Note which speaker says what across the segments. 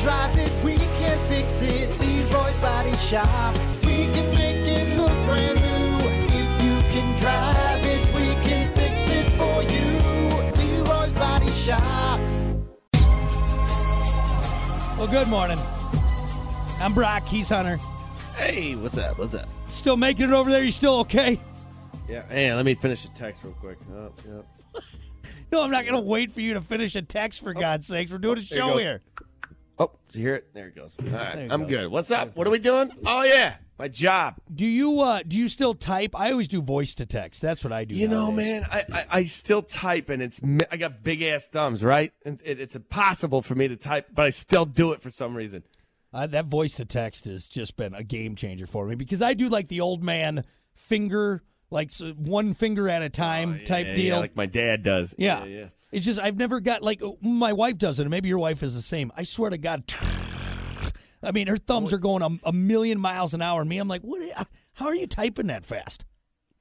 Speaker 1: drive it, we can fix it. Leroy's Body Shop. We can make it look brand new. If you can drive it, we can fix it for you. Leroy's Body Shop.
Speaker 2: Well, good morning. I'm Brock. He's Hunter.
Speaker 3: Hey, what's up? What's up?
Speaker 2: Still making it over there. You still okay?
Speaker 3: Yeah, hey, let me finish the text real quick. Oh, yep.
Speaker 2: No, I'm not going to wait for you to finish a text, for God's sakes. We're doing a
Speaker 3: Oh. there you
Speaker 2: show
Speaker 3: go.
Speaker 2: here.
Speaker 3: Oh, did you hear it? There it goes. All right,
Speaker 2: There it
Speaker 3: I'm
Speaker 2: goes.
Speaker 3: good. What's up? What are we doing? Oh yeah, my job.
Speaker 2: Do you uh, do you still type? I always do voice to text. That's what I do.
Speaker 3: You know,
Speaker 2: nowadays.
Speaker 3: man, I, I, I still type, and it's mi- I got big ass thumbs, right? And it, it's impossible for me to type, but I still do it for some reason.
Speaker 2: Uh, that voice to text has just been a game changer for me because I do like the old man finger, like s one finger at a time type
Speaker 3: Ah, Yeah, yeah,
Speaker 2: deal.
Speaker 3: like my dad does.
Speaker 2: Yeah.
Speaker 3: yeah.
Speaker 2: It's just I've never got like oh, my wife does it, and maybe your wife is the same. I swear to God, I mean her thumbs are going a, a million miles an hour. And me, I'm like, what? How are you typing that fast?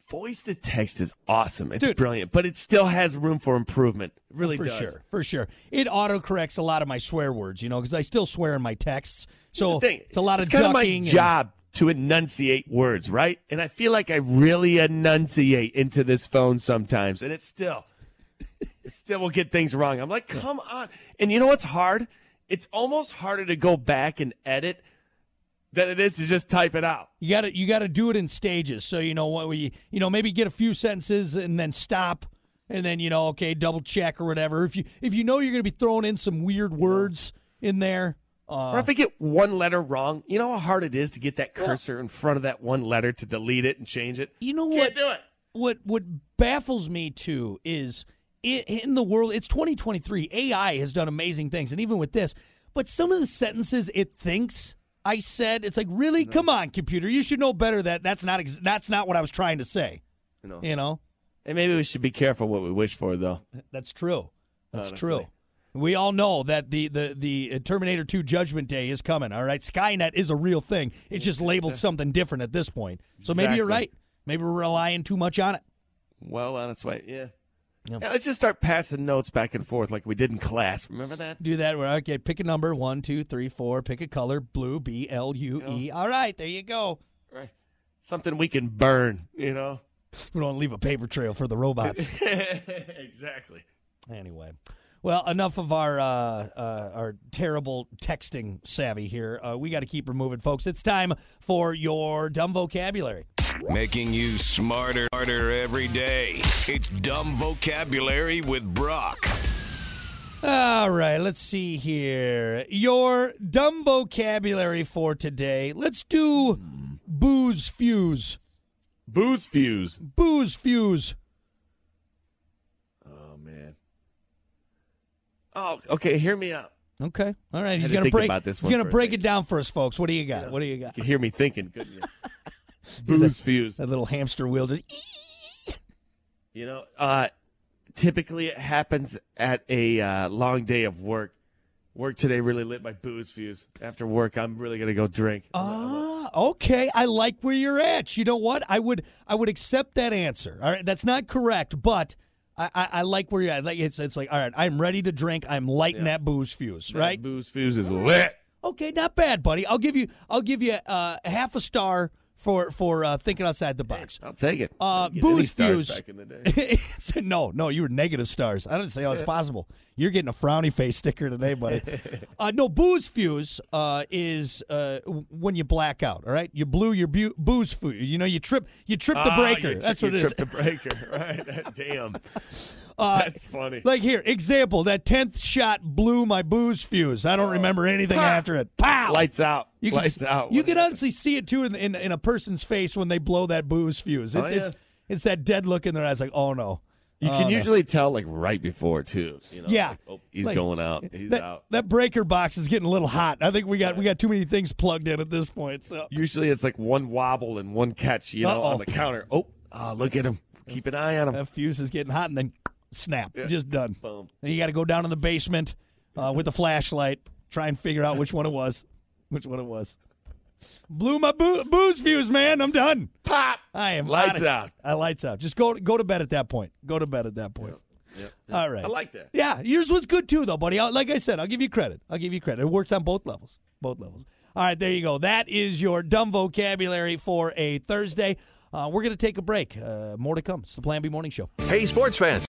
Speaker 3: Voice to text is awesome. It's
Speaker 2: Dude.
Speaker 3: brilliant, but it still has room for improvement. It really
Speaker 2: For
Speaker 3: does.
Speaker 2: sure, for sure. It autocorrects a lot of my swear words, you know, because I still swear in my texts. So
Speaker 3: Here's the thing.
Speaker 2: Oh, it's a lot
Speaker 3: it's
Speaker 2: of
Speaker 3: kind
Speaker 2: ducking.
Speaker 3: of my
Speaker 2: and-
Speaker 3: job to enunciate words, right? And I feel like I really enunciate into this phone sometimes, and it still, it still will get things wrong. I'm like, come on! And you know what's hard? It's almost harder to go back and edit than it is to just type it out.
Speaker 2: You got to you got to do it in stages. So you know what we you know maybe get a few sentences and then stop and then you know okay double check or whatever. If you if you know you're going to be throwing in some weird words in there, uh,
Speaker 3: or if I get one letter wrong, you know how hard it is to get that cursor in front of that one letter to delete it and change it.
Speaker 2: you know
Speaker 3: Can't
Speaker 2: what
Speaker 3: do it.
Speaker 2: what what baffles me too is i in the world it's 2023 AI has done amazing things and even with this, but some of the sentences it thinks I said it's like really
Speaker 3: Mm-hmm.
Speaker 2: come on computer you should know better that that's not ex- that's not what I was trying to say.
Speaker 3: You know.
Speaker 2: You know.
Speaker 3: And maybe we should be careful what we wish for, though.
Speaker 2: That's true. That's
Speaker 3: Honestly.
Speaker 2: true. We all know that the, the, the uh, Terminator 2 Judgment Day is coming, all right? Skynet is a real thing. It's just labeled something different at this point. So maybe you're right.
Speaker 3: Mm, Exactly.
Speaker 2: Maybe we're relying too much on it.
Speaker 3: Well on its way, yeah.
Speaker 2: Yeah.
Speaker 3: Yeah, let's just start passing notes back and forth like we did in class. Remember that?
Speaker 2: Do that where, okay, pick a number one, two, three, four, pick a color, blue, B L U E. All right, there you go.
Speaker 3: Right. Something we can burn, you know?
Speaker 2: We don't leave a paper trail for the robots.
Speaker 3: exactly.
Speaker 2: anyway. Well, enough of our uh, uh, our terrible texting savvy here. Uh, we got to keep her moving, folks. It's time for your dumb vocabulary.
Speaker 4: Making you smarter, harder every day. It's Dumb Vocabulary with Brock.
Speaker 2: All right, let's see here. Your dumb vocabulary for today. Let's do booze fuse.
Speaker 3: Booze fuse.
Speaker 2: Booze fuse.
Speaker 3: Oh, man. Oh, okay. Hear me out.
Speaker 2: Okay. All right. He's
Speaker 3: to
Speaker 2: gonna
Speaker 3: think
Speaker 2: break.
Speaker 3: about this
Speaker 2: he's
Speaker 3: one
Speaker 2: gonna
Speaker 3: for a
Speaker 2: break it
Speaker 3: second.
Speaker 2: down for us, folks. What do you got? What do you got?
Speaker 3: You can hear me thinking, couldn't you? Booze fuse.
Speaker 2: That little hamster wheel just.
Speaker 3: You know, uh, typically it happens at a uh, long day of work. Work today really lit my booze fuse. After work, I'm really going to go drink.
Speaker 2: Ah, okay. I like where you're at. You know what? I would I would accept that answer. All right, that's not correct, but I, I, I like where you're at. Like it's it's like all right. I'm ready to drink. I'm lighting that booze fuse.
Speaker 3: That
Speaker 2: Right.
Speaker 3: Booze fuse is lit.
Speaker 2: Okay, not bad, buddy. I'll give you I'll give you uh, half a star for for uh, thinking outside the box.
Speaker 3: I'll take it.
Speaker 2: Uh,
Speaker 3: I didn't get
Speaker 2: booze
Speaker 3: any stars
Speaker 2: fuse.
Speaker 3: Back in the day.
Speaker 2: It's- no, no, you were negative stars. I didn't say oh, it's possible. You're getting a frowny face sticker today, buddy. uh, no, booze fuse uh, is uh, w- when you black out. All right, you blew your bu- booze fuse. You know, you trip you trip the
Speaker 3: Ah,
Speaker 2: breaker.
Speaker 3: you
Speaker 2: That's
Speaker 3: tri-
Speaker 2: what it
Speaker 3: you
Speaker 2: is. Uh,
Speaker 3: tripped the breaker, right? Damn. That's funny.
Speaker 2: Like here, example that tenth shot blew my booze fuse. I don't remember anything after it. Pow!
Speaker 3: Oh. Lights out.
Speaker 2: You can,
Speaker 3: Lights
Speaker 2: s-
Speaker 3: out.
Speaker 2: You
Speaker 3: What
Speaker 2: can
Speaker 3: happened?
Speaker 2: honestly see it too in, in in a person's face when they blow that booze fuse. It's it's
Speaker 3: Oh, yeah.
Speaker 2: it's that dead look in their eyes, like oh no.
Speaker 3: You
Speaker 2: Oh,
Speaker 3: can
Speaker 2: no.
Speaker 3: usually tell like right before too. You know,
Speaker 2: Yeah.
Speaker 3: like, oh, he's
Speaker 2: Like, eh,
Speaker 3: going out. He's
Speaker 2: that,
Speaker 3: out.
Speaker 2: that breaker box is getting a little hot. I think we got we got too many things plugged in at this point. So
Speaker 3: Usually it's like one wobble and one catch. You know,
Speaker 2: Uh-oh. Uh,
Speaker 3: on the counter. Oh, ah, look at him. Keep an eye on him.
Speaker 2: that fuse is getting hot, and then snap, just done.
Speaker 3: Boom.
Speaker 2: Then you got to go down in the basement uh, with a flashlight, try and figure out which one it was, which one it was. Blew my boo- booze fuse, man. I'm done.
Speaker 3: Pop.
Speaker 2: I am
Speaker 3: Lights
Speaker 2: outta-
Speaker 3: out.
Speaker 2: I lights out. Just go go to bed at that point. Go to bed at that point. All right.
Speaker 3: I like that.
Speaker 2: Yeah, yours was good too, though, buddy. I- Like I said, I'll give you credit. I'll give you credit. It works on both levels. Both levels. All right, there you go. That is your dumb vocabulary for a Thursday. Uh, we're going to take a break. Uh, more to come. It's the Plan B Morning Show.
Speaker 5: Hey, sports fans.